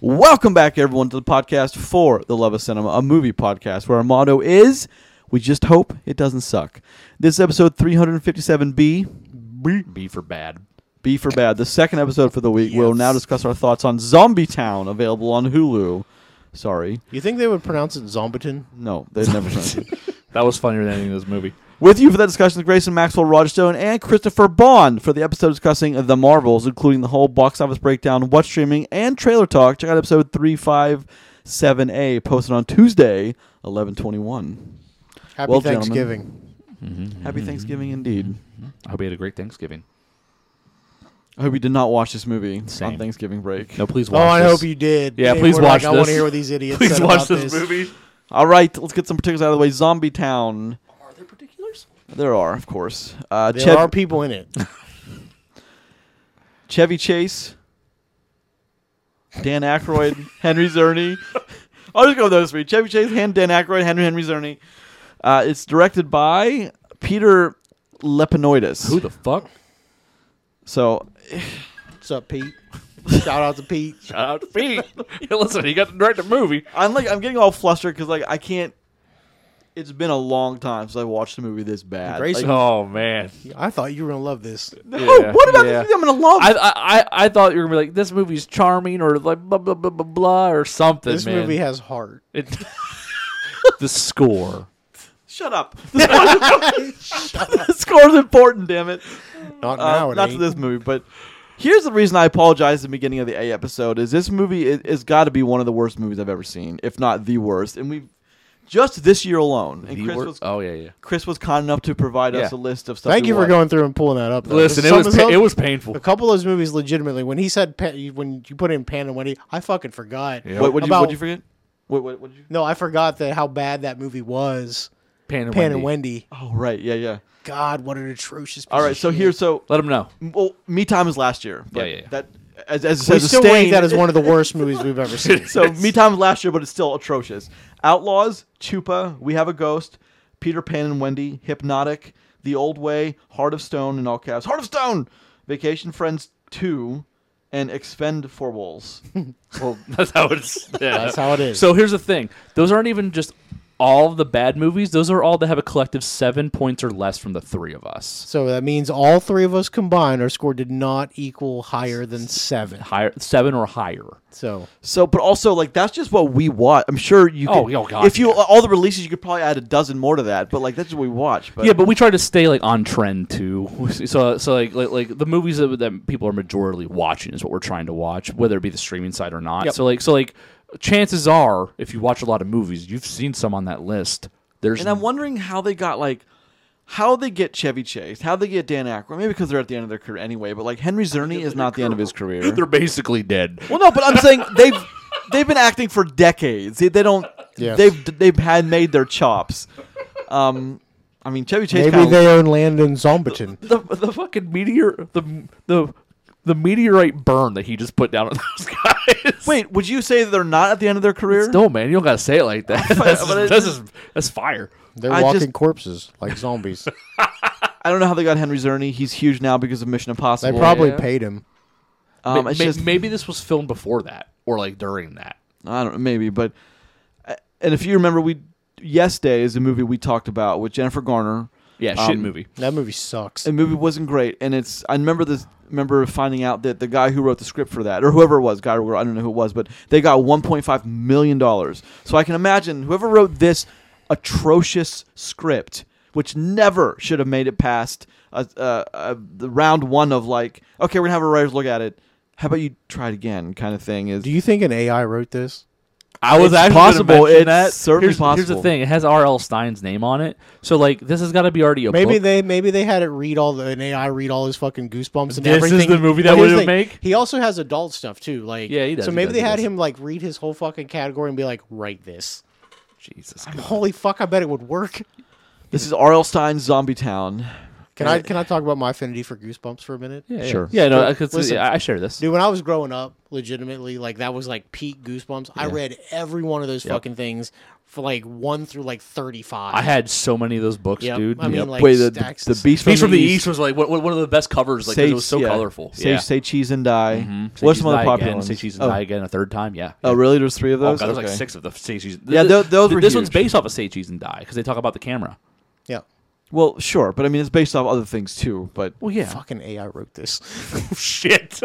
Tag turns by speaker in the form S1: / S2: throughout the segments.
S1: Welcome back, everyone, to the podcast for the Love of Cinema, a movie podcast where our motto is we just hope it doesn't suck. This is episode 357B. B. B for bad. B for bad. The second episode for the week. We'll now discuss our thoughts on Zombie Town, available on Hulu. Sorry.
S2: You think they would pronounce it Zombiton?
S1: No, they've never done it.
S3: That was funnier than anything in this movie.
S1: With you for that discussion, Grayson Maxwell Rogerstone and Christopher Bond for the episode discussing the Marvels, including the whole box office breakdown, what's streaming, and trailer talk. Check out episode 357A, posted on Tuesday, 1121.
S2: Happy
S1: Well, gentlemen.
S2: Thanksgiving. Mm-hmm.
S1: Happy Thanksgiving indeed.
S3: Mm-hmm. I hope you had a great Thanksgiving.
S1: I hope you did not watch this movie on
S3: Same.
S1: Thanksgiving break.
S3: No, please
S2: Oh,
S3: watch
S2: I
S3: this.
S2: hope you did.
S3: Yeah,
S2: They
S3: please
S2: were
S3: watch
S2: like, I want to
S3: this.
S2: hear what these idiots
S3: Please
S2: said
S3: watch
S2: about
S3: this, movie.
S1: All right, let's get some particulars out of the way. Zombie Town. Are there particulars? There are, of course. Uh,
S2: There
S1: Chev-
S2: are people in it.
S1: Chevy Chase, Dan Aykroyd, Henry Zerny. I'll just go with those three: Chevy Chase, Han- Dan Aykroyd, Henry Henry Zerny. Uh, it's directed by Peter Lepinoidis.
S3: Who the fuck?
S1: so
S2: What's up, Pete? Shout out to Pete.
S3: Shout out to Pete. hey, listen, he got to direct a movie.
S1: I'm like I'm getting all flustered because like I can't. It's been a long time since I watched a movie this bad.
S2: Grayson-
S1: Like,
S3: Oh man.
S2: I thought you were gonna love this.
S1: no,
S3: Yeah,
S1: what about
S3: yeah.
S1: this movie I'm gonna love?
S3: I, I I- I thought you were gonna be like this movie's charming or like blah blah blah blah blah or something.
S2: This
S3: man.
S2: movie has heart.
S3: It, the score.
S1: Shut up. the score's important, damn it.
S2: Not
S1: Uh,
S2: now. It
S1: not
S2: ain't.
S1: to this movie, but here's the reason I apologize at the beginning of the A episode is this movie is, is got to be one of the worst movies I've ever seen, if not the worst. And we've just this year alone, and
S3: The
S1: Chris
S3: wor-
S1: was,
S3: oh yeah yeah.
S1: Chris was kind enough to provide us a
S3: Yeah.
S1: list of stuff.
S2: Thank
S1: we
S2: you for
S1: watched.
S2: going through and pulling that up. though.
S3: Listen, it
S2: Some
S3: was
S2: of
S3: pa-
S2: those-
S3: it was painful.
S2: a couple of those movies. Legitimately, when he said pa- when you put in Panda Wendy, I fucking forgot.
S3: Yeah.
S1: What, what did you,
S2: About-
S1: what'd you forget? What, what, what did you?
S2: No, I forgot that how bad that movie was.
S3: Pan and,
S2: Pan
S3: Wendy.
S2: and Wendy.
S1: Oh right, yeah, yeah.
S2: God, what an atrocious. piece
S1: All right,
S2: of
S1: so
S2: shit.
S1: here's so
S3: Let him know.
S1: well, me time is last year. But
S3: Yeah, yeah, yeah.
S1: That as as,
S2: We
S1: as a
S2: still
S1: stain,
S2: rank that as one of the worst movies we've ever seen.
S1: So me times last year, but it's still atrocious. Outlaws, Chupa, We Have a Ghost, Peter Pan and Wendy, Hypnotic, The Old Way, Heart of Stone, and all caps. Heart of Stone, Vacation Friends Two, and Expend Four Wolves.
S3: Well, that's how it's. Yeah.
S2: That's how it is.
S3: So here's the thing: those aren't even just all the bad movies. Those are all that have a collective seven points or less from the three of us.
S2: So that means all three of us combined, our score did not equal higher than seven.
S3: Higher seven or higher.
S2: So
S1: So, but also like that's just what we watch. I'm sure you.
S3: Oh,
S1: could-
S3: oh, God,
S1: If you
S3: yeah.
S1: all the releases, you could probably add a dozen more to that. But like that's what we watch. But
S3: Yeah, but we try to stay like on trend too. So, so like, like, like the movies that, that people are majorly watching is what we're trying to watch, whether it be the streaming side or not. So, like, so like, chances are, if you watch a lot of movies, you've seen some on that list. There's
S1: And I'm wondering how they got like how they get Chevy Chase, how they get Dan Aykroyd. Maybe because they're at the end of their career anyway. But like Henry Zerny is not the end of his career.
S3: they're basically dead.
S1: Well, no, but I'm saying they've they've been acting for decades. They, they don't.
S2: Yes.
S1: They've they've had made their chops. Um, I mean Chevy Chase.
S2: maybe
S1: kinda-
S2: they own land in Zombiton.
S3: The the fucking meteor the the the meteorite burn that he just put down on those guys.
S1: wait. Would you say that they're not at the end of their career?
S3: No, man, you don't gotta say it like that. that's,
S1: But it-
S3: that's, just- that's fire.
S2: They're
S1: I
S2: walking
S1: just-
S2: corpses like zombies.
S1: I don't know how they got Henry Zerny. He's huge now because of Mission
S2: They
S1: Impossible.
S2: probably
S3: Yeah.
S2: paid him.
S1: um,
S3: Ma-
S1: it's
S3: ma-
S1: just,
S3: maybe this was filmed before that or like during that.
S1: I don't know, maybe, but uh, and if you remember, we Yes Day is a movie we talked about with Jennifer Garner.
S3: Yeah, shit
S1: Um,
S3: movie.
S2: That movie sucks.
S1: The movie wasn't great, and it's I remember this remember finding out that the guy who wrote the script for that, or whoever it was, guy or girl, I don't know who it was, but they got 1.5 million dollars. So I can imagine whoever wrote this atrocious script, which never should have made it past uh, uh, uh, the round one of like, okay, we're gonna have our writers look at it. How about you try it again, kind of thing. Is
S2: Do you think an AI wrote this?
S3: I was
S1: It's
S3: actually gonna
S1: possible.
S3: mention
S1: It's
S3: that.
S1: certainly
S3: here's, Here's
S1: possible.
S3: the thing: it has R.L. Stein's name on it, so like this has got to be already a
S2: Maybe
S3: book.
S2: they maybe they had it read all the an AI read all his fucking goosebumps and
S3: This is
S2: everything.
S3: the movie that
S2: Well, here's
S3: we
S2: the
S3: would
S2: thing.
S3: make?
S2: He also has adult stuff too. Like
S3: Yeah, he does,
S2: So
S3: he
S2: maybe
S3: does,
S2: they
S3: he
S2: had
S3: does.
S2: him like read his whole fucking category and be like, write this.
S3: Jesus,
S2: Holy fuck! I bet it would work.
S1: this is R.L. Stein's Zombie Town.
S2: Can I can I talk about my affinity for goosebumps for a minute?
S3: yeah,
S1: Sure.
S3: Yeah, no, I, could-
S2: Listen.
S3: I I share this.
S2: Dude, when I was growing up, legitimately, like that was like peak goosebumps. I read every one of those fucking things for like one through like thirty-five.
S3: I had so many of those books,
S2: Yep.
S3: dude.
S2: I mean,
S3: Yep.
S2: like
S1: Wait, the,
S2: stacks
S1: the
S2: of-
S1: Beast
S3: Beast from the East was like one one of the best covers. Like 'cause
S1: Say-
S3: it was so
S1: yeah.
S3: colorful.
S1: Say,
S3: yeah.
S1: say cheese and die.
S3: Mhm. Say
S1: What's
S3: Cheese
S1: some other
S3: and Die
S1: popular
S3: again,
S1: ones?
S3: Say cheese and
S1: oh.
S3: die again a third time. Yeah.
S1: oh, really? There's three of
S3: Oh,
S1: those.
S3: God, there's like
S1: Okay.
S3: six of the Say Cheese.
S1: Yeah, tho- those were
S3: This one's
S1: huge.
S3: based off of Say Cheese and Die because they talk about the camera.
S2: yeah.
S1: Well, sure, but I mean it's based off other things too. But
S3: Well, yeah.
S2: Fucking AI wrote this.
S3: Oh, Shit.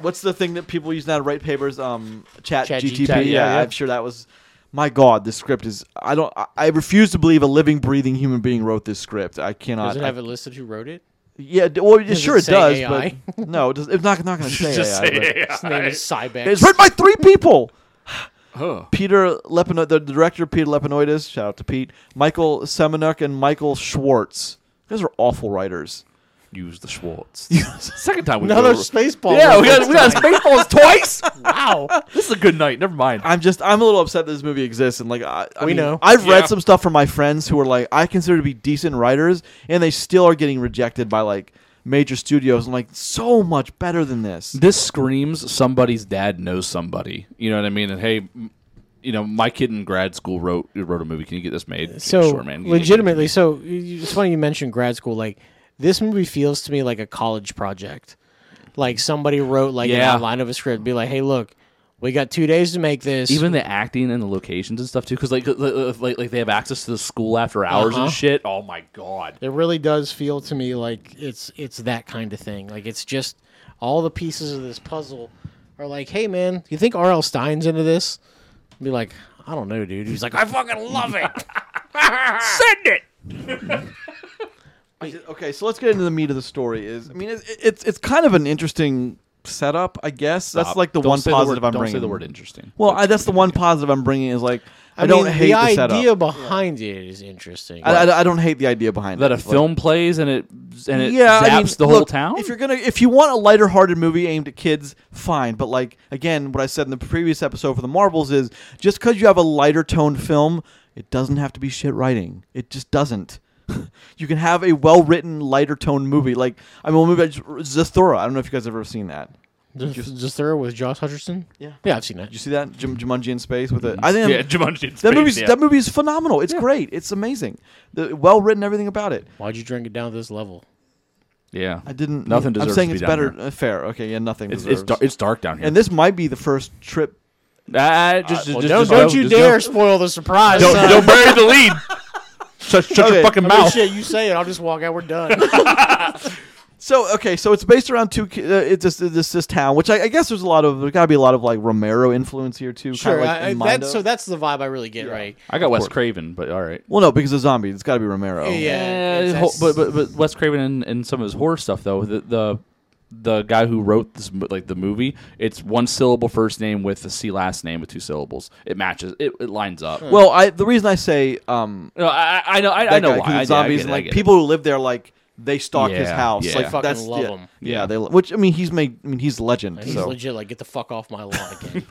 S1: what's the thing that people use now to write papers? Um, Chat,
S2: Chat
S1: GTP.
S2: GTP,
S1: yeah,
S2: yeah, yeah.
S1: I'm sure that was. My God, this script is. I don't. I, I refuse to believe a living, breathing human being wrote this script. I cannot.
S2: Does it
S1: I-
S2: have it listed who wrote it?
S1: yeah, d- well,
S2: does
S1: sure
S2: it
S1: it,
S2: say
S1: does,
S2: AI?
S1: but no, it does, it's not, not going to say
S3: Just
S1: AI.
S3: say
S1: but-
S2: His name is Cybex.
S1: It's written by three people.
S3: Huh.
S1: Peter Lepino, the director Peter Lepinoidis, shout out to Pete, Michael Semenuk, and Michael Schwartz. Those are awful writers.
S3: Use the Schwartz. Second time we
S2: Another
S3: go-
S2: Spaceball.
S3: Yeah, we
S2: reference
S3: got we got
S2: tonight.
S3: Spaceballs twice.
S2: Wow.
S3: This is a good night. Never mind.
S1: I'm just I'm a little upset that this movie exists and like I, I
S2: We
S1: mean,
S2: know.
S1: I've
S3: Yeah.
S1: read some stuff from my friends who are like I consider to be decent writers and they still are getting rejected by like major studios. I'm like so much better than this.
S3: this screams somebody's dad knows somebody. You know what I mean? And hey, m- you know my kid in grad school wrote wrote a movie. Can you get this made?
S2: So
S3: sure, man.
S2: legitimately, so you- it's funny you mentioned grad school. Like this movie feels to me like a college project. Like somebody wrote like an
S3: Yeah.
S2: outline of a script, be like, "Hey, look, we got two days to make this."
S3: even the acting and the locations and stuff too, because like, uh, like like like they have access to the school after hours
S2: Uh-huh.
S3: and shit. Oh my god.
S2: it really does feel to me like it's it's that kind of thing. Like it's just all the pieces of this puzzle are like, "Hey, man, you think R.L. Stein's into this?" Be like, "I don't know, dude." He's like, "I fucking love it."
S3: Send it.
S1: I ju- okay, so let's get into the meat of the story. Is I mean, it, it's it's kind of an interesting setup, I guess. That's
S3: Stop.
S1: like the
S3: Don't
S1: one
S3: say
S1: positive
S3: word,
S1: I'm
S3: don't
S1: bringing.
S3: say the word interesting.
S1: Well, I, that's the one positive I'm bringing is like I,
S2: I,
S1: don't
S2: mean,
S1: hate the,
S2: the, idea
S1: setup.
S2: behind it is interesting.
S1: I, I, I don't hate the idea behind
S3: that
S1: it.
S3: a film plays and it and
S1: Like,
S3: it
S1: yeah,
S3: zaps
S1: I mean,
S3: the whole
S1: look,
S3: town.
S1: If you're gonna, if you want a lighter-hearted movie aimed at kids, fine. But like again, what I said in the previous episode for the Marvels is just because you have a lighter-toned film, it doesn't have to be shit writing. It just doesn't. you can have a well-written, lighter-toned movie. Like I mean, a movie I just- Zathura. I don't know if you guys have ever seen that.
S2: Just, just there with Josh Hutcherson.
S1: Yeah.
S2: yeah, I've seen that.
S1: Did you see that Jum- Jumanji in space with it? I think
S3: yeah, Jumanji. in
S1: That
S3: space,
S1: movie's
S3: yeah.
S1: that movie is phenomenal. It's great. It's amazing. The, well written, everything about it.
S2: Why'd you drink it down to this level?
S3: yeah.
S1: I didn't.
S3: Nothing
S1: I'm
S3: deserves
S1: saying
S3: to be
S1: it's
S3: down
S1: better.
S3: here.
S1: Uh, fair. Okay. Yeah. Nothing.
S3: It's it's,
S1: deserves.
S3: dar- it's dark down here.
S1: and this might be the first trip.
S3: Ah, just, just,
S2: Well,
S3: just,
S2: don't
S3: just
S2: don't
S3: go,
S2: you
S3: just go.
S2: dare spoil the surprise.
S3: Don't,
S2: son.
S3: don't bury the lead. Shut, shut
S1: Okay.
S3: your fucking
S2: I mean,
S3: mouth.
S2: shit, you say it. I'll just walk out. We're done.
S1: So okay. So it's based around two. ki- Uh, it's this this this town, which I, I guess there's a lot of. There's got to be a lot of like Romero influence here too.
S2: sure.
S1: Kind of
S2: I- I-
S1: like in Mondo.
S2: that's, so that's the vibe I really get, right?
S3: I got Wes Craven, but all right.
S1: well, no, because of zombies, it's got to be Romero.
S2: Yeah. it's- that's-
S3: but but but Wes Craven and, and some of his horror stuff though the the the guy who wrote this mo- like the movie it's one syllable first name with a C last name with two syllables it matches it, it lines up. Well,
S1: Well, I the reason I say um
S3: no, I I I know I, I
S1: that
S3: know
S1: guy,
S3: why
S1: 'cause
S3: I- I
S1: of zombies
S3: get it,
S1: and
S3: I
S1: like
S3: get it.
S1: people who live there like they stalk his
S3: Yeah,
S1: house.
S3: yeah.
S1: Like
S3: They
S2: fucking
S1: that's,
S2: love
S1: yeah,
S2: him.
S1: Yeah,
S3: Yeah.
S1: they. lo- Which I mean, he's made. I mean, he's a legend.
S2: He's
S1: so.
S2: legit like, get the fuck off my lawn again.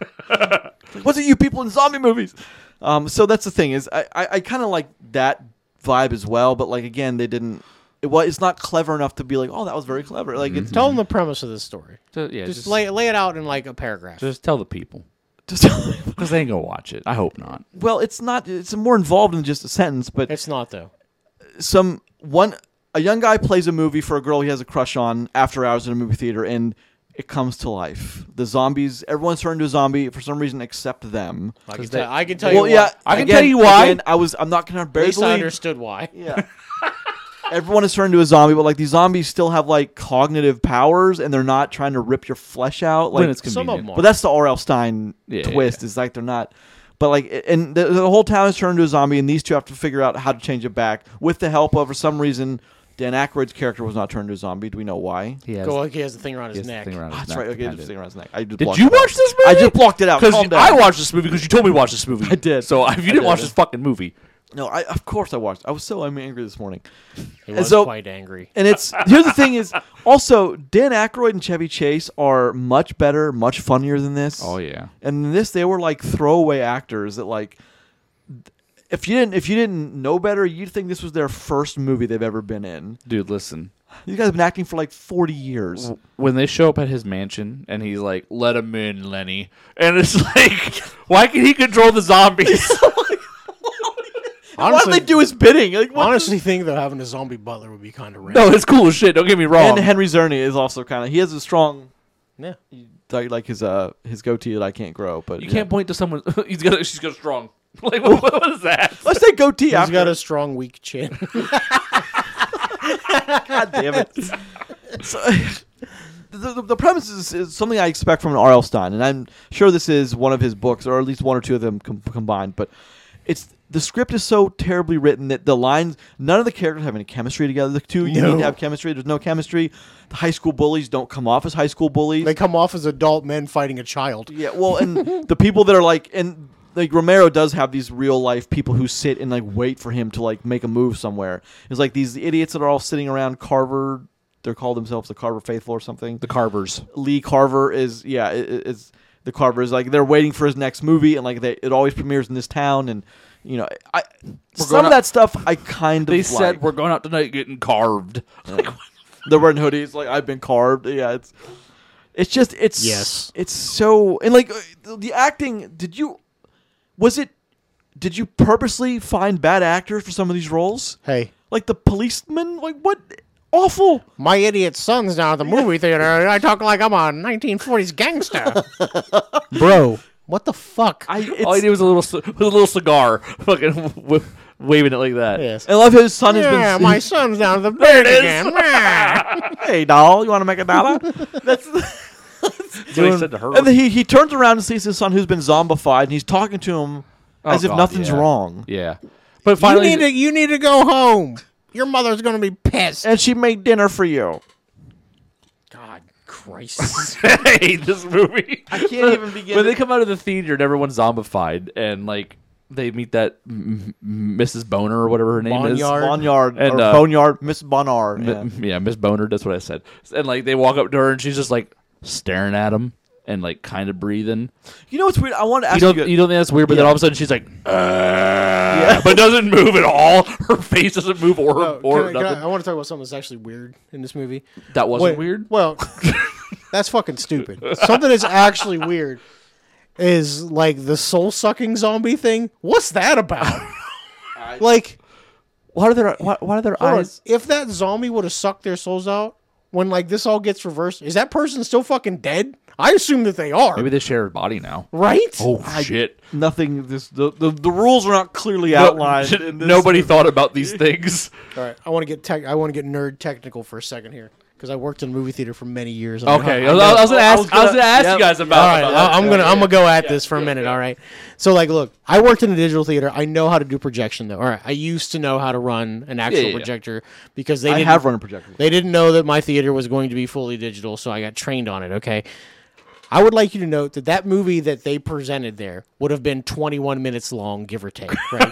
S1: What's it you people in zombie movies? Um, so that's the thing is I, I, I kind of like that vibe as well, but like again they didn't. It, well, it's not clever enough to be like, oh, that was very clever. Like it's
S2: Tell them the premise of this story.
S3: So, yeah,
S2: Just,
S3: just
S2: lay, lay it out in like a paragraph.
S3: just tell the people
S1: just
S3: because they ain't gonna watch it. I hope not.
S1: well, it's not. It's more involved than just a sentence, but
S2: it's not though.
S1: some one a young guy plays a movie for a girl he has a crush on after hours in a movie theater and it comes to life. The zombies, everyone's turned into a zombie for some reason except them.
S2: I can,
S3: 'Cause
S2: tell,
S3: they-
S2: I can tell
S1: Well,
S2: you.
S1: yeah,
S2: Why.
S3: I can
S1: again-
S3: tell you why.
S1: again, I was. I'm not gonna
S2: At
S1: bury
S2: least
S1: the
S2: I
S1: lead.
S2: understood why.
S1: Yeah. Everyone is turned into a zombie, but like these zombies still have like cognitive powers, and they're not trying to rip your flesh out. Like,
S3: when it's
S2: some of
S3: convenient.
S2: them
S1: but that's the R.L. Stein
S3: Yeah, yeah,
S1: twist. Is like they're not, but like, it- and the, the whole town is turned into a zombie, and these two have to figure out how to change it back with the help of, for some reason, Dan Aykroyd's character was not turned into a zombie. Do we know why?
S3: He has-
S2: Go, he has the thing around
S3: he
S2: his
S3: has the
S2: neck.
S3: thing around
S1: Ah,
S3: his
S1: that's
S3: neck
S1: right.
S3: to
S1: Okay,
S3: kind
S1: there's
S3: of-
S1: a thing around his neck. I just
S3: Did
S1: blocked
S3: you
S1: it out.
S3: watch this movie?
S1: I just blocked it out.
S3: Because
S1: Calm down.
S3: I watched this movie because you told me to watch this movie.
S1: I did.
S3: So if you didn't
S1: did.
S3: watch this fucking movie,
S1: No, I of course I watched. I was so angry this morning.
S2: He
S1: And
S2: was
S1: so-
S2: quite angry.
S1: And it's here's the thing is also Dan Aykroyd and Chevy Chase are much better, much funnier than this.
S3: oh yeah,
S1: And in this, they were like throwaway actors that like. If you didn't, if you didn't know better, you'd think this was their first movie they've ever been in.
S3: dude, listen.
S1: These guys have been acting for like forty years.
S3: when they show up at his mansion and he's like, "Let him in, Lenny," and it's like, why can he control the zombies?
S1: Why do they do his bidding? Like, what
S2: honestly think that having a zombie butler would be kind of rad.
S3: No, it's cool as shit. Don't get me
S1: the- and
S3: wrong.
S1: Henry Zerny is also kind of he has a strong
S2: Yeah.
S1: like, like his uh his goatee that I can't grow, but
S3: you
S1: yeah.
S3: can't point to someone. he's got. A, she's got a strong. Like what, what is that?
S1: Let's say goatee.
S2: He's
S1: after.
S2: got a strong, weak chin.
S1: God damn it. So, the, the, the premise is, is something I expect from an R.L. Stein, and I'm sure this is one of his books, or at least one or two of them com- combined. But it's the script is so terribly written that the lines, none of the characters have any chemistry together. The two you need
S2: No.
S1: to have chemistry. There's no chemistry. The high school bullies don't come off as high school bullies.
S2: they come off as adult men fighting a child.
S1: Yeah, well, and the people that are like, and like Romero does have these real life people who sit and like wait for him to like make a move somewhere. It's like these idiots that are all sitting around Carver. They're called themselves the Carver Faithful or something.
S3: The Carvers.
S1: Lee Carver is yeah i- i- is the Carver is like they're waiting for his next movie and like they, it always premieres in this town and you know I some
S3: going
S1: of
S3: out-
S1: that stuff I kind of
S3: They
S1: like.
S3: said we're going out tonight getting carved. Like,
S1: They're wearing hoodies. Like I've been carved. Yeah, it's it's just it's
S2: Yes.
S1: it's so and like uh, the- the acting. Did you was it? Did you purposely find bad actors for some of these roles?
S2: Hey,
S1: Like the policeman. Like what awful.
S2: my idiot son's now at the movie theater, and I talk like I'm a 1940s gangster. Bro, what the fuck?
S1: I
S3: all he
S1: it's,
S3: did was a little, c- was a little cigar, fucking w- waving it like that.
S2: yes.
S1: I love his son
S2: Yeah,
S1: has been.
S2: my son's down at the bird
S3: it is.
S2: again. Meh.
S1: hey doll, you want to make a dollar? That's.
S3: That's what he said to her.
S1: And then he, he turns around and sees his son who's been zombified, and he's talking to him
S3: Oh,
S1: as if
S3: God,
S1: nothing's
S3: yeah.
S1: wrong.
S3: Yeah, but
S2: you
S3: finally,
S2: need to you need to go home. Your mother's gonna be pissed.
S1: And she made dinner for you.
S2: God Christ.
S3: I hate this movie. I
S1: can't even begin
S3: When
S1: to-
S3: they come out of the theater and everyone's zombified, and like they meet that m- m- Mrs. Boner or whatever her name
S2: Boneyard.
S3: is.
S1: Boneyard
S3: And,
S1: or
S3: uh,
S1: Boneyard, Miss Bonar. yeah.
S3: M- yeah, Miss Boner. That's what I said. And like they walk up to her and she's just like staring at him and like kind of breathing.
S1: You know what's weird? I want to
S3: You
S1: ask you.
S3: don't you don't think that's weird, but then all of a sudden she's like, uh,
S1: Yeah.
S3: but doesn't move at all. Her face doesn't move or or
S2: Oh, I, um,
S3: nothing.
S2: want to talk about something that's actually weird in this movie.
S3: that wasn't weird.
S2: Well, that's fucking stupid. Something that's actually weird is like the soul sucking zombie thing. What's that about? like,
S3: Why are their why, why are their
S2: hold on,
S3: eyes?
S2: if that zombie would have sucked their souls out when like this all gets reversed, is that person still fucking dead? I assume that they are.
S3: Maybe they share a body now.
S2: right?
S3: Oh shit!
S1: nothing. This the, the the rules are not clearly
S3: No-
S1: outlined. in this.
S3: nobody thought about these things.
S2: All right, I want to get tech. I want to get nerd technical for a second here because I worked in a movie theater for many years. and I know
S3: Okay,
S2: how- I
S3: I, was-
S2: know-
S3: I was gonna
S1: I
S3: ask. I
S1: was
S3: was gonna,
S1: gonna-
S3: ask
S1: yep.
S3: you guys about.
S2: all right,
S3: about
S2: I-
S3: that.
S2: I'm gonna I'm gonna go at this for a minute. All right, so like, look, I worked in a digital theater. I know how to do projection though. All right, I used to know how to run an actual
S3: yeah, yeah.
S2: projector because they
S1: I
S2: didn't
S1: have run a projector.
S2: they didn't know that my theater was going to be fully digital, so I got trained on it. Okay. I would like you to note that that movie that they presented there would have been 21 minutes long, give or take. Right.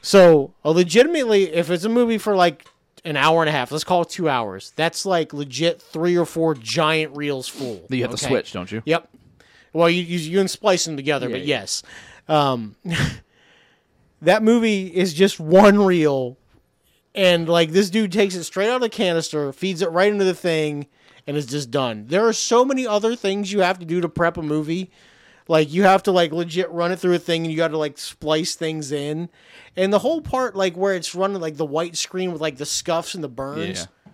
S2: so, uh, legitimately, if it's a movie for like an hour and a half, let's call it two hours, that's like legit three or four giant reels full.
S3: You have to
S2: okay?
S3: switch, don't you?
S2: Yep. Well, you you, you can splice them together, but yes, um, that movie is just one reel, and like this dude takes it straight out of the canister, feeds it right into the thing, and is just done. There are so many other things you have to do to prep a movie. Like you have to like legit run it through a thing, and you got to like splice things in, and the whole part like where it's running like the white screen with like the scuffs and the burns
S3: Yeah.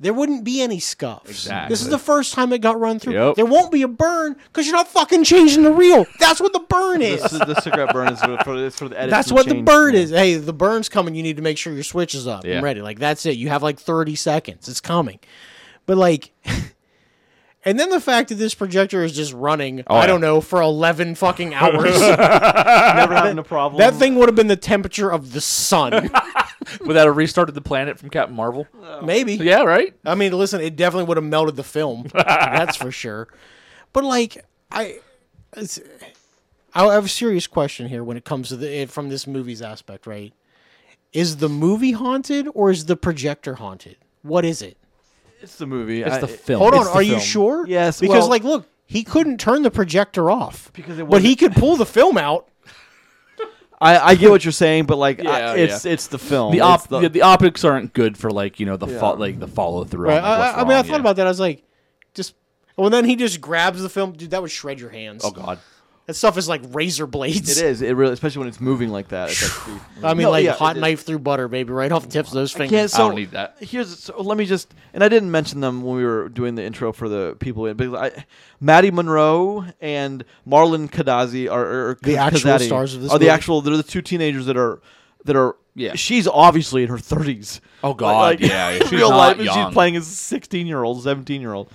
S2: there wouldn't be any scuffs. This
S3: Exactly.
S2: is the first time it got run through.
S3: Yep.
S2: There won't be a burn because you're not fucking changing the reel. That's what the burn is.
S1: This is the cigarette burn is for, for, it's for the edit.
S2: That's what the burn is. Hey, the burn's coming. You need to make sure your switch is up
S3: Yeah.
S2: and ready. Like that's it. You have like 30 seconds. It's coming. But like and then the fact that this projector is just running, I
S3: Oh, yeah.
S2: don't know, for 11 fucking hours.
S1: Never having a problem.
S2: that thing would have been the temperature of the sun.
S3: Without a restart of the planet from Captain Marvel.
S2: Maybe.
S3: Yeah, right.
S2: I mean, listen, it definitely would have melted the film. that's for sure. But like, I, it's, I have a serious question here when it comes to the eh, from this movie's aspect, right? Is the movie haunted or is the projector haunted? What is it?
S1: It's the movie.
S3: It's
S1: I-
S3: the film.
S2: Hold
S3: It's
S2: on,
S3: the
S2: are you
S3: film.
S2: sure?
S1: Yes,
S2: Because
S1: well-
S2: like, look, he couldn't turn the projector off
S1: Because it
S2: but he
S1: wasn't-
S2: could pull the film out.
S1: I, I get what you're saying, but like,
S3: Yeah,
S1: I, it's it's the film.
S3: The,
S1: It's
S3: op-
S1: the-
S3: the, the optics aren't good for like you know the fo- like the follow through.
S2: Right? I, I- I mean, I thought about that. I was like, just. Well, then he just grabs the film, dude. That would shred your hands.
S3: Oh God.
S2: That stuff is like razor blades.
S1: It is. It really, especially when it's moving like that. At that speed.
S2: I mean,
S1: No,
S2: like
S1: yeah,
S2: hot
S1: it-
S2: knife through butter, baby, right off the tips of those fingers.
S1: Yeah, so
S3: need that.
S1: Here's so let me just and I didn't mention them when we were doing the intro for the people, in, but I, Maddie Monroe and Marlon Kadazi are, are Kaz-
S2: The actual
S1: Kazadi
S2: stars of this
S1: Are the
S2: movie.
S1: actual? They're the two teenagers that are that are.
S3: Yeah.
S1: she's obviously in her thirties.
S3: Oh, God, yeah, yeah,
S1: in
S3: she's
S1: real
S3: not
S1: life, and
S3: young.
S1: she's playing as a sixteen-year-old, seventeen-year-old.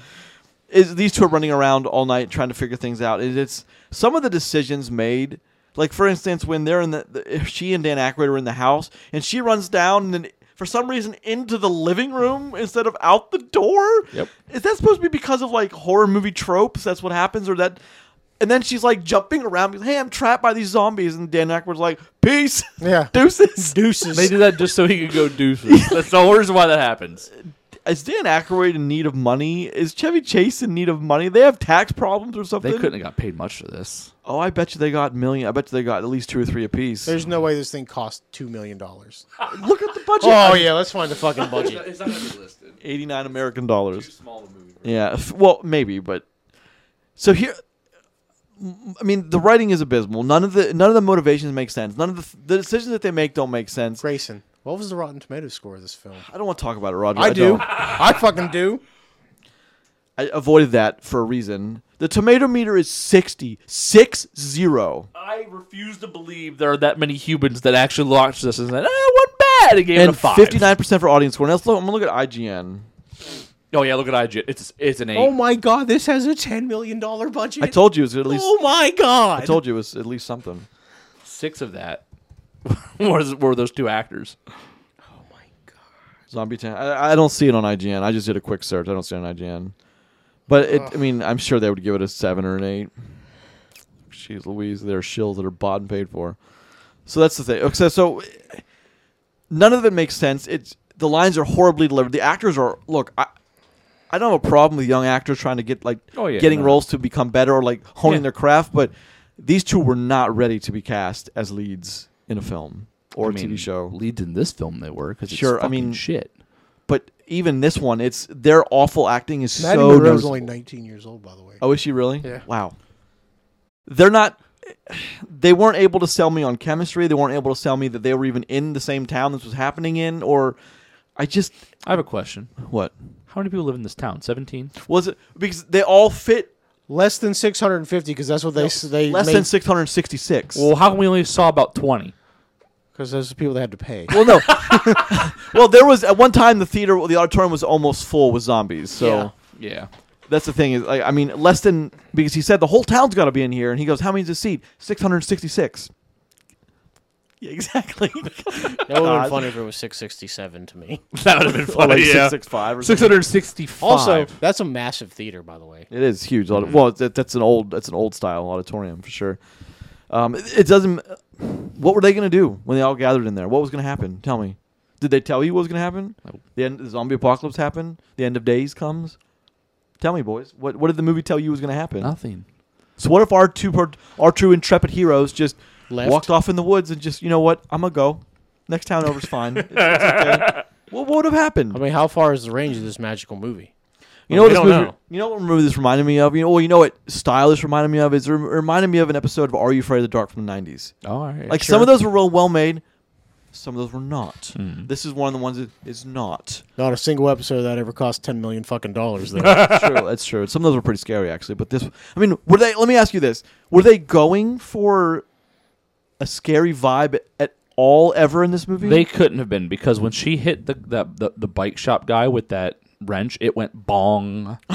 S1: Is these two are running around all night trying to figure things out? Is it's some of the decisions made. Like for instance, when they're in the, the if she and Dan Aykroyd are in the house, and she runs down and then for some reason into the living room instead of out the door.
S3: Yep.
S1: Is that supposed to be because of like horror movie tropes? That's what happens, or that? And then she's like jumping around, like, "Hey, I'm trapped by these zombies," and Dan Aykroyd's like, "Peace,
S2: Yeah.
S1: deuces."
S2: Ah, Deuces.
S3: They did that just so he could go deuces. That's the whole reason why that happens.
S1: Is Dan Aykroyd in need of money? Is Chevy Chase in need of money? They have tax problems or
S3: They
S1: something.
S3: couldn't have got paid much for this.
S1: Oh, I bet you they got million. I bet you they got at least two or three apiece.
S2: There's no way this thing cost two million dollars.
S1: Look at the budget.
S2: Oh yeah, let's find the fucking budget.
S3: It's not going to be listed.
S1: Eighty-nine American dollars.
S3: small a movie.
S1: Yeah. f- Well, maybe, but so here. m- I mean, the writing is abysmal. None of the none of the motivations make sense. None of the the decisions that they make don't make sense.
S2: Grayson, what was the Rotten Tomato score of this film?
S1: I don't want to talk about it, Roger.
S2: I do.
S1: don't.
S2: I fucking do.
S1: I avoided that for a reason. The tomato meter is 60. Six zero.
S3: I refuse to believe there are that many humans that actually watched this and said, "Ah, not bad." It gave it a
S1: And
S3: five.
S1: 59% for audience score. Now let's look, I'm going to look at IGN.
S3: Oh yeah, look at IG. It's it's an eight.
S2: Oh my god, this has a ten million dollar budget.
S1: I told you it was at least.
S2: Oh my god.
S1: I told you it was at least something.
S3: Six of that were, were those two actors.
S1: Zombie Town. I, I don't see it on IGN. I just did a quick search. I don't see it on IGN. But it, I mean, I'm sure they would give it a seven or an eight. Jeez Louise, there are shills that are bought and paid for. So that's the thing. Okay, so, so none of it makes sense. It's the lines are horribly delivered. The actors are look. I I don't have a problem with young actors trying to get like
S3: Oh, yeah,
S1: getting
S3: no.
S1: roles to become better or like honing
S3: Yeah.
S1: their craft, but these two were not ready to be cast as leads in a film or
S3: I
S1: a
S3: mean,
S1: TV show.
S3: Leads in this film they were because
S1: Sure, I
S3: It's fucking
S1: mean-
S3: shit.
S1: But even this one, it's their awful acting is
S2: Maddie
S1: so.
S2: Monroe's
S1: noticeable.
S2: only nineteen years old, by the way.
S1: oh, is she really?
S2: Yeah.
S1: Wow. They're not. They weren't able to sell me on chemistry. They weren't able to sell me that they were even in the same town this was happening in, or I just
S3: I have a question.
S1: what
S3: How many people live in this town? Seventeen.
S1: was it? Because they all fit
S2: Less than six hundred and fifty, because that's what they s they
S1: less
S2: made,
S1: than six hundred sixty-six.
S3: Well, how come we only saw about twenty?
S2: because those are people that had to pay.
S1: Well, no. well, there was at one time the theater, the auditorium was almost full with zombies. So.
S2: Yeah.
S3: Yeah.
S1: That's the thing is, like, I mean, less than because he said the whole town's got to be in here, and he goes, "How many's a seat? Six hundred sixty-six. Yeah, exactly.
S2: That would have
S1: God.
S2: been funny if it was six sixty seven to me.
S3: That would have
S1: Or
S3: been funny.
S1: like
S3: yeah.
S1: six six five or
S3: Oh, Six
S1: something.
S3: hundred sixty-five.
S2: Also, that's a massive theater, by the way.
S1: It is huge.
S3: Mm-hmm.
S1: audi- Well, that, that's an old that's an old style auditorium for sure. Um, it, it doesn't. What were they gonna do when they all gathered in there? What was gonna happen? Tell me. Did they tell you what was gonna happen?
S3: Nope.
S1: The end, the zombie apocalypse happened. The end of days comes. Tell me, boys. What what did the movie tell you was gonna happen?
S3: nothing.
S1: So what if our two pro- our two intrepid heroes just
S2: Left.
S1: walked off in the woods and just you know what? I'm gonna go. Next town over's fine. It's- it's okay. What would have happened?
S2: I mean, how far is the range of this magical movie?
S1: You know what
S2: We
S1: this
S2: don't
S1: movie,
S2: know.
S1: you know what movie this reminded me of? You know, well, you know what style this reminded me of is it rem- reminded me of an episode of Are You Afraid of the Dark from the '90s.
S3: All right.
S1: Like some of those were real well made, some of those were not.
S2: Hmm.
S1: This is one of the ones that is not.
S2: Not a single episode of that ever cost ten million fucking dollars. There,
S1: true, that's true. Some of those were pretty scary actually, but this I mean, were they let me ask you this. Were they going for a scary vibe at all ever in this movie?
S3: They couldn't have been because when she hit the that the, the bike shop guy with that wrench, it went bong.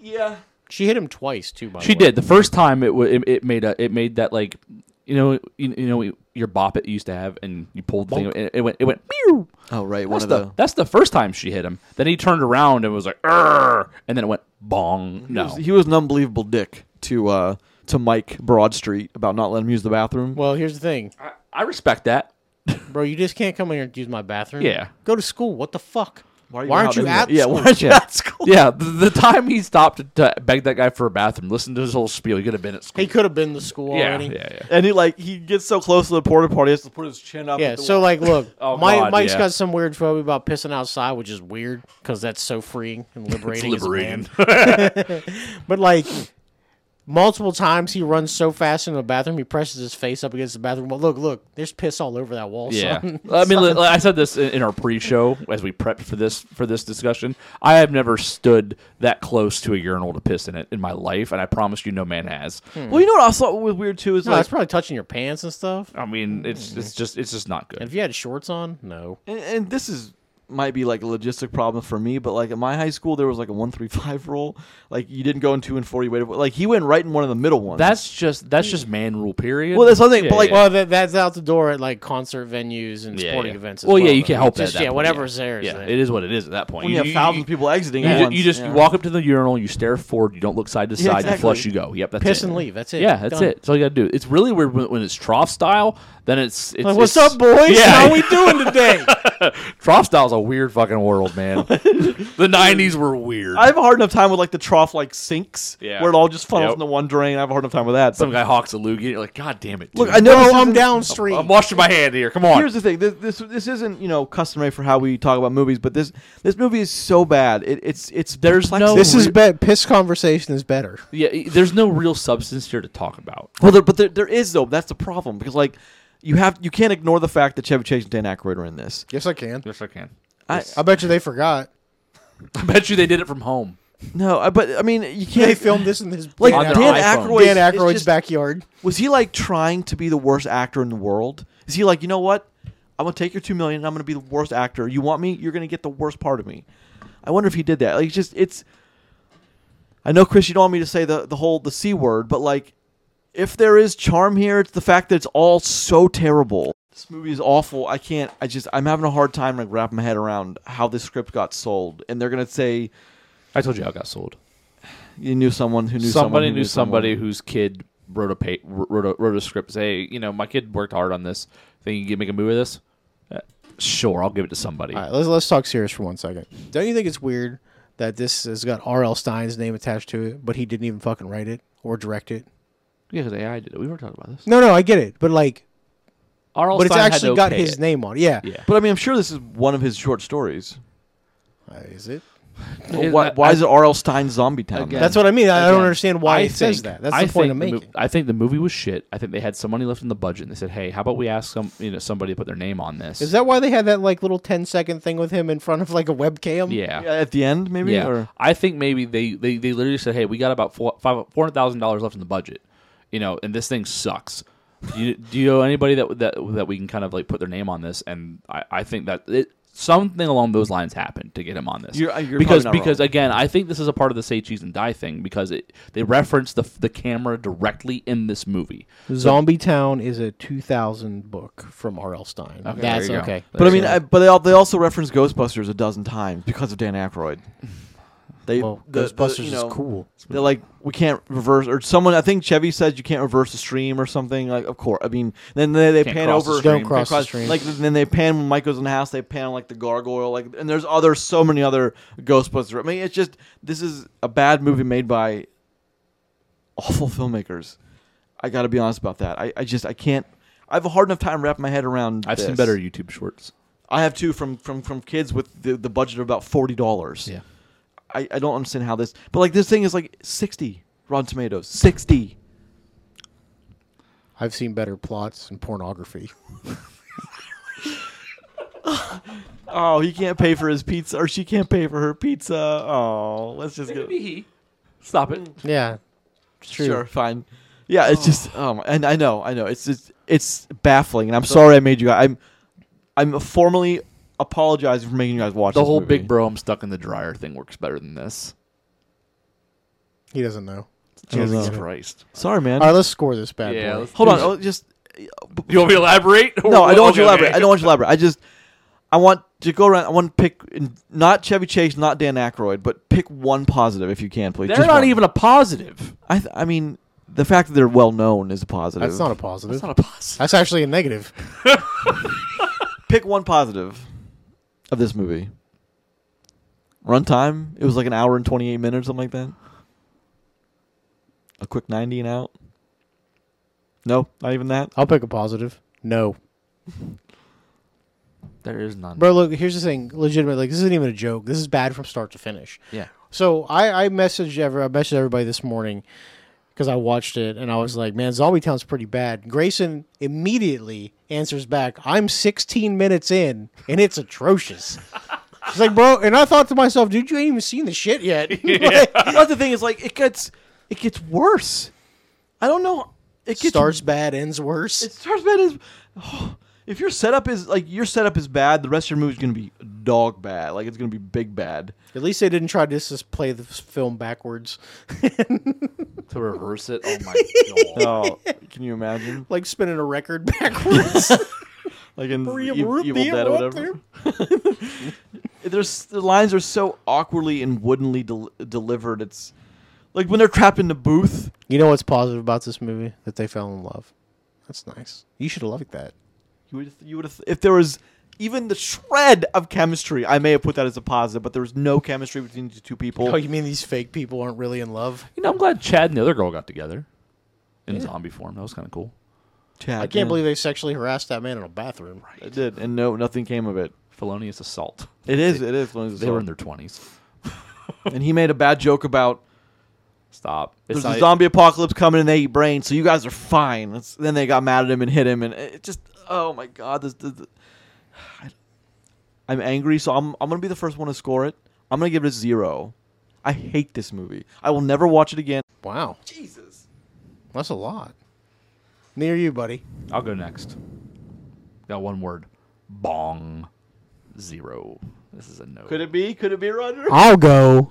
S1: yeah.
S2: she hit him twice too. By
S3: She
S2: the way.
S3: did the first time. It wa- it, it made a it made that like you know you, you know your bop it used to have, and you pulled the thing. And it went it went. Meow.
S1: Oh right, one
S3: That's
S1: of
S3: the,
S1: the
S3: that's the first time she hit him. Then he turned around and was like, "Arr!" and then it went bong.
S1: he
S3: No,
S1: was- he was an unbelievable dick to uh to Mike Broadstreet about not letting him use the bathroom.
S2: Well, here's the thing,
S3: I, I respect that.
S2: bro. You just can't come in here and use my bathroom.
S3: Yeah.
S2: Go to school. What the fuck? Why,
S1: not
S2: aren't you
S1: in
S2: at?
S1: there? Yeah,
S2: school?
S1: why aren't you
S3: Yeah.
S1: at school?
S3: Yeah, the, the time he stopped to beg that guy for a bathroom, listen to his whole spiel. He could have been at school.
S2: He could have been to school
S3: yeah,
S2: already.
S3: yeah, yeah.
S1: And he like he gets so close to the porta potty, he has to put his chin up.
S2: Yeah,
S1: at the
S2: so
S1: wall.
S2: like, look,
S3: Oh,
S2: Mike,
S3: God,
S2: Mike's
S3: yeah.
S2: got some weird phobia about pissing outside, which is weird because that's so freeing and liberating. as a man.
S3: liberating.
S2: But like, multiple times he runs so fast into the bathroom, he presses his face up against the bathroom wall. Look, look, there's piss all over that wall.
S3: Yeah,
S2: son.
S3: I mean, li- I said this in, in our pre-show as we prepped for this for this discussion. I have never stood that close to a urinal to piss in it in my life, and I promise you, no man has.
S2: Hmm.
S1: Well, you know what I thought was weird too is
S2: no,
S1: like,
S2: it's probably touching your pants and stuff.
S3: I mean, it's it's just it's just not
S2: Hmm. And
S3: good.
S2: if you had shorts on, no.
S1: and, and this is might be like a logistic problem for me, but like at my high school there was like a one three five rule. Like you didn't go in two and four, you waited. Like he went right in one of the middle ones.
S3: That's just that's
S2: Hmm.
S3: just man rule. Period.
S1: well, that's one thing.
S3: Yeah,
S1: but like,
S3: yeah.
S2: Well, that, that's out the door at like concert venues and
S3: Yeah,
S2: sporting
S3: yeah.
S2: events. As
S3: Well,
S2: well,
S3: yeah, you
S2: though.
S3: can't help that
S2: Just,
S3: at that
S2: yeah,
S3: point,
S2: whatever's there is
S3: yeah,
S2: there.
S3: it is what it is at that point.
S1: when you, have thousands of people exiting,
S3: You,
S1: at
S3: ju-
S1: once,
S3: you just
S1: yeah.
S3: you walk up to the urinal, you stare forward, you don't look side to
S1: Yeah,
S3: side,
S1: exactly.
S3: you flush, you go. Yep, that's
S2: Piss
S3: it.
S2: and leave. That's it.
S3: Yeah, that's
S2: Done.
S3: it. That's all you got to do. It's really weird when, when it's trough style. Then it's, it's
S2: Like, what's
S3: it's-
S2: up, boys?
S3: Yeah.
S2: How we doing today?
S3: Trough style's a weird fucking world, man. the '90s were weird.
S1: I have a hard enough time with like the trough like sinks
S3: Yeah.
S1: where it all just funnels
S3: Yep.
S1: into one drain. I have a hard enough time with that.
S3: Some
S1: But
S3: guy hawks a loogie. and You're like, God damn it!
S1: look,
S3: dude.
S1: I know this
S2: no, Oh, I'm
S1: isn't-
S2: downstream.
S3: I'm washing my hand here. Come on.
S1: Here's the thing. This, this this isn't you know customary for how we talk about movies, but this this movie is so bad. It, it's it's there's
S3: no-
S2: this is bet. Piss conversation is better.
S3: yeah, e- there's no real substance here to talk about.
S1: well, there, but there, there is though. That's the problem because like you have you can't ignore the fact that Chevy Chase and Dan Aykroyd are in this.
S2: Yes, I can.
S3: Yes, I can.
S1: I, uh,
S2: I bet you they forgot.
S3: I bet you they did it from home.
S1: no, I, but I mean you
S2: They
S1: can't
S2: filmed this in his
S1: like
S3: on their
S1: Dan
S3: iPhone.
S1: Aykroyd.
S2: Dan Aykroyd's
S1: just,
S2: backyard.
S1: Was he like trying to be the worst actor in the world? Is he like, you know what? I'm gonna take your two million. And I'm gonna be the worst actor. You want me? You're gonna get the worst part of me. I wonder if he did that. Like, it's just it's. I know, Chris, you don't want me to say the the whole the c word, but like, if there is charm here, it's the fact that it's all so terrible. This movie is awful. I can't. I just I'm having a hard time like wrapping my head around how this script got sold. And they're gonna say
S3: I told you I got sold.
S1: you knew someone who knew someone
S3: somebody
S1: who
S3: knew somebody
S1: someone.
S3: whose kid wrote a pa- wrote a wrote a script. Say, hey, you know, my kid worked hard on this. Think you can make a movie of this? Uh, sure, I'll give it to somebody.
S2: All right, let's let's talk serious for one second. Don't you think it's weird that this has got R.L. Stein's name attached to it, but he didn't even fucking write it or direct it?
S3: Yeah, because AI did it. We were talking about this.
S2: No, no, I get it, but like,
S3: R.L.
S2: but it's
S3: Stine had to
S2: actually got
S3: okay
S2: his
S3: it.
S2: name on it. Yeah.
S3: Yeah.
S1: But I mean, I'm sure this is one of his short stories.
S2: Uh, is it?
S1: Well, why, why is it R.L. Stein Zombie Town?
S3: Again.
S1: then?
S2: That's what I mean. I don't
S3: Again,
S2: understand why
S3: I
S2: it says
S3: think-
S2: that. That's
S3: I
S2: the point
S3: think
S2: I'm
S3: the mo-
S2: making.
S3: I think the movie was shit. I think they had some money left in the budget. and They said, "Hey, how about we ask some, you know, somebody to put their name on this?"
S2: Is that why they had that like little 10 second thing with him in front of like a webcam?
S3: yeah?
S1: Yeah, at the end, maybe.
S3: Yeah.
S1: Or
S3: I think maybe they, they, they literally said, "Hey, we got about four hundred thousand dollars left in the budget, you know, and this thing sucks." Do you, do you know anybody that that that we can kind of like put their name on this? And I, I think that it, something along those lines happened to get him on this.
S1: You're- uh, you're
S3: because
S1: probably not
S3: because
S1: wrong.
S3: again, I think this is a part of the say cheese and die thing because it they reference the the camera directly in this movie.
S2: Zombie Town is a 2000 book from R.L. Stein.
S3: Okay,
S2: That's
S3: there you go.
S2: okay.
S1: but I mean,
S3: So-
S1: I, but they, al- they also reference Ghostbusters a dozen times because of Dan Aykroyd. They
S2: Well,
S1: the- the,
S2: Ghostbusters
S1: you know,
S2: is cool.
S1: They're like, we can't reverse, or someone I think Chevy says you can't reverse the stream or something. Like, of course. I mean, then they, they
S3: Can't
S1: pan
S3: cross the
S1: over.
S3: stream.
S2: Don't cross the
S1: cross-
S2: stream.
S1: Like then they pan when Mike goes in the house. They pan like the gargoyle. Like and there's other so many other Ghostbusters. I mean, it's just this is a bad movie made by awful filmmakers. I got to be honest about that. I, I just I can't. I have a hard enough time wrapping my head around.
S3: I've seen
S1: this.
S3: better YouTube shorts.
S1: I have two from from from kids with the, the budget of about forty dollars.
S3: Yeah.
S1: I, I don't understand how this, but like this thing is like sixty Rotten Tomatoes, sixty.
S2: I've seen better plots and pornography.
S1: Oh, he can't pay for his pizza, or she can't pay for her pizza. Oh, let's just get
S3: Stop it.
S2: Yeah. It's true.
S1: sure, fine. Yeah, it's just
S3: Oh.
S1: um, and I know, I know, it's just it's baffling, and I'm sorry I made you guys. I'm I'm formally apologizing for making you guys watch
S3: The
S1: this
S3: whole
S1: movie.
S3: big bro, I'm stuck in the dryer thing works better than this.
S2: He doesn't know.
S3: Jesus
S1: know.
S3: Christ.
S1: Sorry, man.
S2: All right, let's score this bad
S3: Yeah,
S2: boy.
S3: let's-
S1: Hold on, oh, just
S3: You want me to elaborate?
S1: No, I don't want you to elaborate. I don't want you to elaborate. I just I want to go around. I want to pick n- not Chevy Chase, not Dan Aykroyd, but pick one positive if you can, please.
S3: They're
S1: Just
S3: not
S1: one.
S3: even a positive.
S1: I th- I mean, the fact that they're well known is a positive.
S2: That's not a positive. That's,
S3: It's not a positive.
S2: actually a negative.
S1: pick one positive of this movie. Runtime. It was like an hour and twenty eight minutes, something like that. A quick ninety and out. No, not even that.
S2: I'll pick a positive. No.
S3: There is none.
S2: Bro, look, here's the thing. Legitimate, like, this isn't even a joke. This is bad from start to finish.
S3: Yeah.
S2: So I, I messaged ever I messaged everybody this morning because I watched it and I was like, man, Zombie Town's pretty bad. Grayson immediately answers back, I'm 16 minutes in and it's atrocious. She's like, bro, and I thought to myself, dude, you ain't even seen the shit yet. Like,
S1: That's the thing is like it gets it gets worse. I don't know. It gets
S2: starts bad, ends worse.
S1: It starts bad as if your setup is like your setup is bad, the rest of your movie's gonna be dog bad. Like it's gonna be big bad.
S2: At least they didn't try to just play the s- film backwards,
S3: to reverse it. Oh my god.
S1: Oh, can you imagine?
S2: like spinning a record backwards.
S1: Like in Ev- Evil Dead or whatever. There's the lines are so awkwardly and woodenly del- delivered. It's like when they're trapped in the booth.
S2: You know what's positive about this movie? That they fell in love. That's nice. You should have liked that.
S1: You would you would have if there was even the shred of chemistry. I may have put that as a positive, but there was no chemistry between the two people.
S2: Oh, you mean these fake people aren't really in love?
S3: You know, I'm glad Chad and the other girl got together in zombie form. That was kind of cool.
S1: Chad,
S2: I can't believe they sexually harassed that man in a bathroom.
S1: it did, and no, nothing came of it.
S3: Felonious assault.
S1: It is. It is. Lonely
S3: They were in their 20s.
S1: and he made a bad joke about
S3: Stop. It's
S1: there's
S3: not,
S1: a zombie apocalypse coming and they eat brains, so you guys are fine. That's, then they got mad at him and hit him, and it just oh my god, this. this, this- I'm angry, so I'm I'm gonna be the first one to score it. I'm gonna give it a zero. I hate this movie. I will never watch it again.
S2: Wow,
S1: Jesus.
S2: that's a lot. Near you, buddy.
S3: I'll go next. Got one word. Bong. Zero. This is a no.
S1: Could it be? Could it be Roger?
S2: I'll go.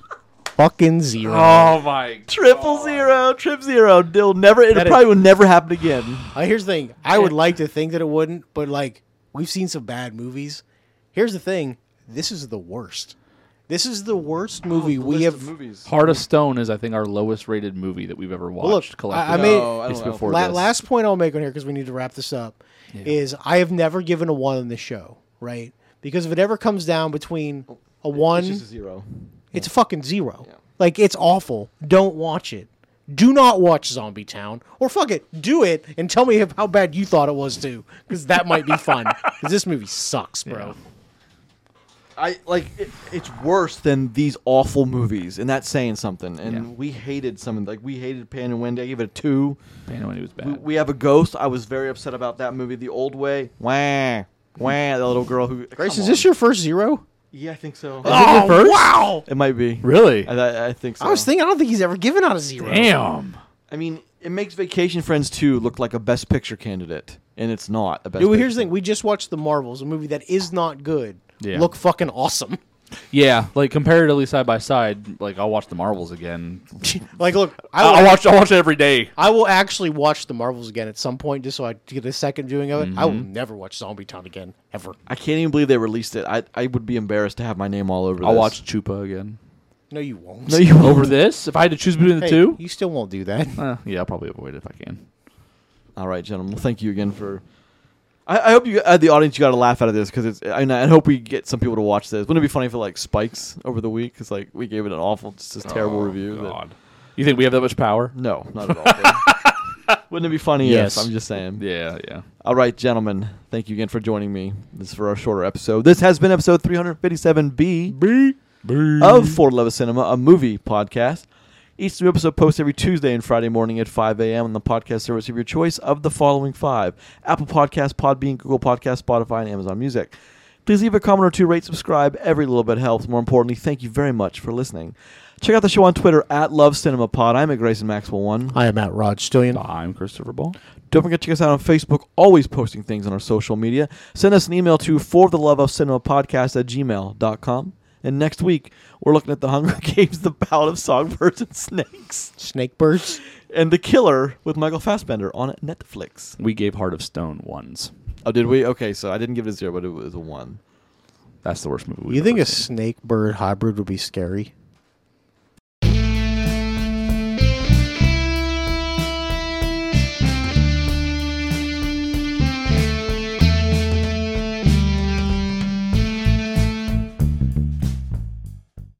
S2: Fucking zero.
S3: Oh my.
S1: Triple zero, trip zero. It'll never. It
S2: That is-
S1: probably will never happen again.
S2: Uh, here's the thing. I would like to think that it wouldn't, but like we've seen some bad movies. Here's the thing. This is the worst. This is Oh, the worst movie we have.
S1: movies.
S3: Heart of Stone is, I think, our lowest rated movie that we've ever watched.
S2: I-
S3: collectively.
S2: I mean-
S1: No, I don't
S3: It's
S1: know.
S3: before
S2: La-
S3: this.
S2: last point I'll make on here because we need to wrap this up is I have never given a one on this show, right? Because if it ever comes down between a one,
S1: Oh, It's
S2: it's,
S1: just a zero.
S2: a fucking zero. Like it's awful. Don't watch it. Do not watch Zombie Town, or fuck it, do it and tell me how bad you thought it was too, because that might be fun. Because this movie sucks, bro.
S1: I like it, it's worse than these awful movies, and that's saying something. And
S3: Yeah.
S1: we hated some of like we hated Pan and Wendy. I gave it a two.
S3: Man, when he was bad.
S1: We, we have a ghost. I was very upset about that movie, The Old Way. Wah wah. The little girl who.
S2: Grace,
S1: come
S2: is
S1: on.
S2: this your first zero?
S1: Yeah, I think so.
S3: Oh,
S2: wow!
S1: It might be.
S3: really?
S1: I, I, I think so.
S2: I was thinking, I don't think he's ever given out a zero.
S3: Damn.
S1: I mean, it makes Vacation Friends two look like a Best Picture candidate, and it's not a Best.
S2: Dude, well,
S1: Picture.
S2: here's the thing: we just watched the Marvels, a movie that is not good,
S3: Yeah.
S2: look fucking awesome.
S3: Yeah, like comparatively side by side, like I'll watch the Marvels again.
S2: like, look, I will,
S1: Oh,
S3: I, I watch. I watch it every day.
S2: I will actually watch the Marvels again at some point, just so I get a second viewing of it. I will never watch Zombie Town again, ever.
S1: I can't even believe they released it. I I would be embarrassed to have my name all over.
S3: I'll
S1: this.
S3: watch Chupa again.
S2: No, you won't.
S1: No, you
S3: Over this, if I had to choose between the
S2: Hey,
S3: two,
S2: You still won't do that.
S3: uh, yeah, I'll probably avoid it if I can.
S1: All right, gentlemen. Well, thank you again for. I, I hope you, uh, the audience, you got a laugh out of this because it's. I, mean, I hope we get some people to watch this. Wouldn't it be funny if it like spikes over the week? Because like we gave it an awful, just
S3: Oh,
S1: this terrible review. that-
S3: You think we have that much power?
S1: no, not at all. but- Wouldn't it be funny?
S2: Yes.
S1: Yes, I'm just saying.
S3: Yeah, yeah.
S1: All right, gentlemen. Thank you again for joining me. This is for our shorter episode. This has been episode 357B of For Love of Cinema, a movie podcast. Each new episode posts every Tuesday and Friday morning at 5 a.m. on the podcast service of your choice of the following five Apple Podcasts, Podbean, Google Podcasts, Spotify, and Amazon Music. Please leave a comment or two, rate, subscribe. Every little bit helps. More importantly, thank you very much for listening. Check out the show on Twitter at Love Cinema Pod. I'm at Grayson Maxwell One.
S2: I am at Rod Stillian.
S3: I'm Christopher Ball.
S1: Don't forget to check us out on Facebook, always posting things on our social media. Send us an email to for the love of cinema podcast at gmail.com. And next week, we're looking at the Hunger Games, the Ballad of Songbirds and Snakes,
S2: Snake birds.
S1: and The Killer with Michael Fassbender on Netflix.
S3: We gave Heart of Stone ones.
S1: Oh, did we? Okay, so I didn't give it a zero, but it was a one.
S3: That's the worst movie. We've
S2: You think
S3: ever
S2: a
S3: seen.
S2: snake bird hybrid would be scary?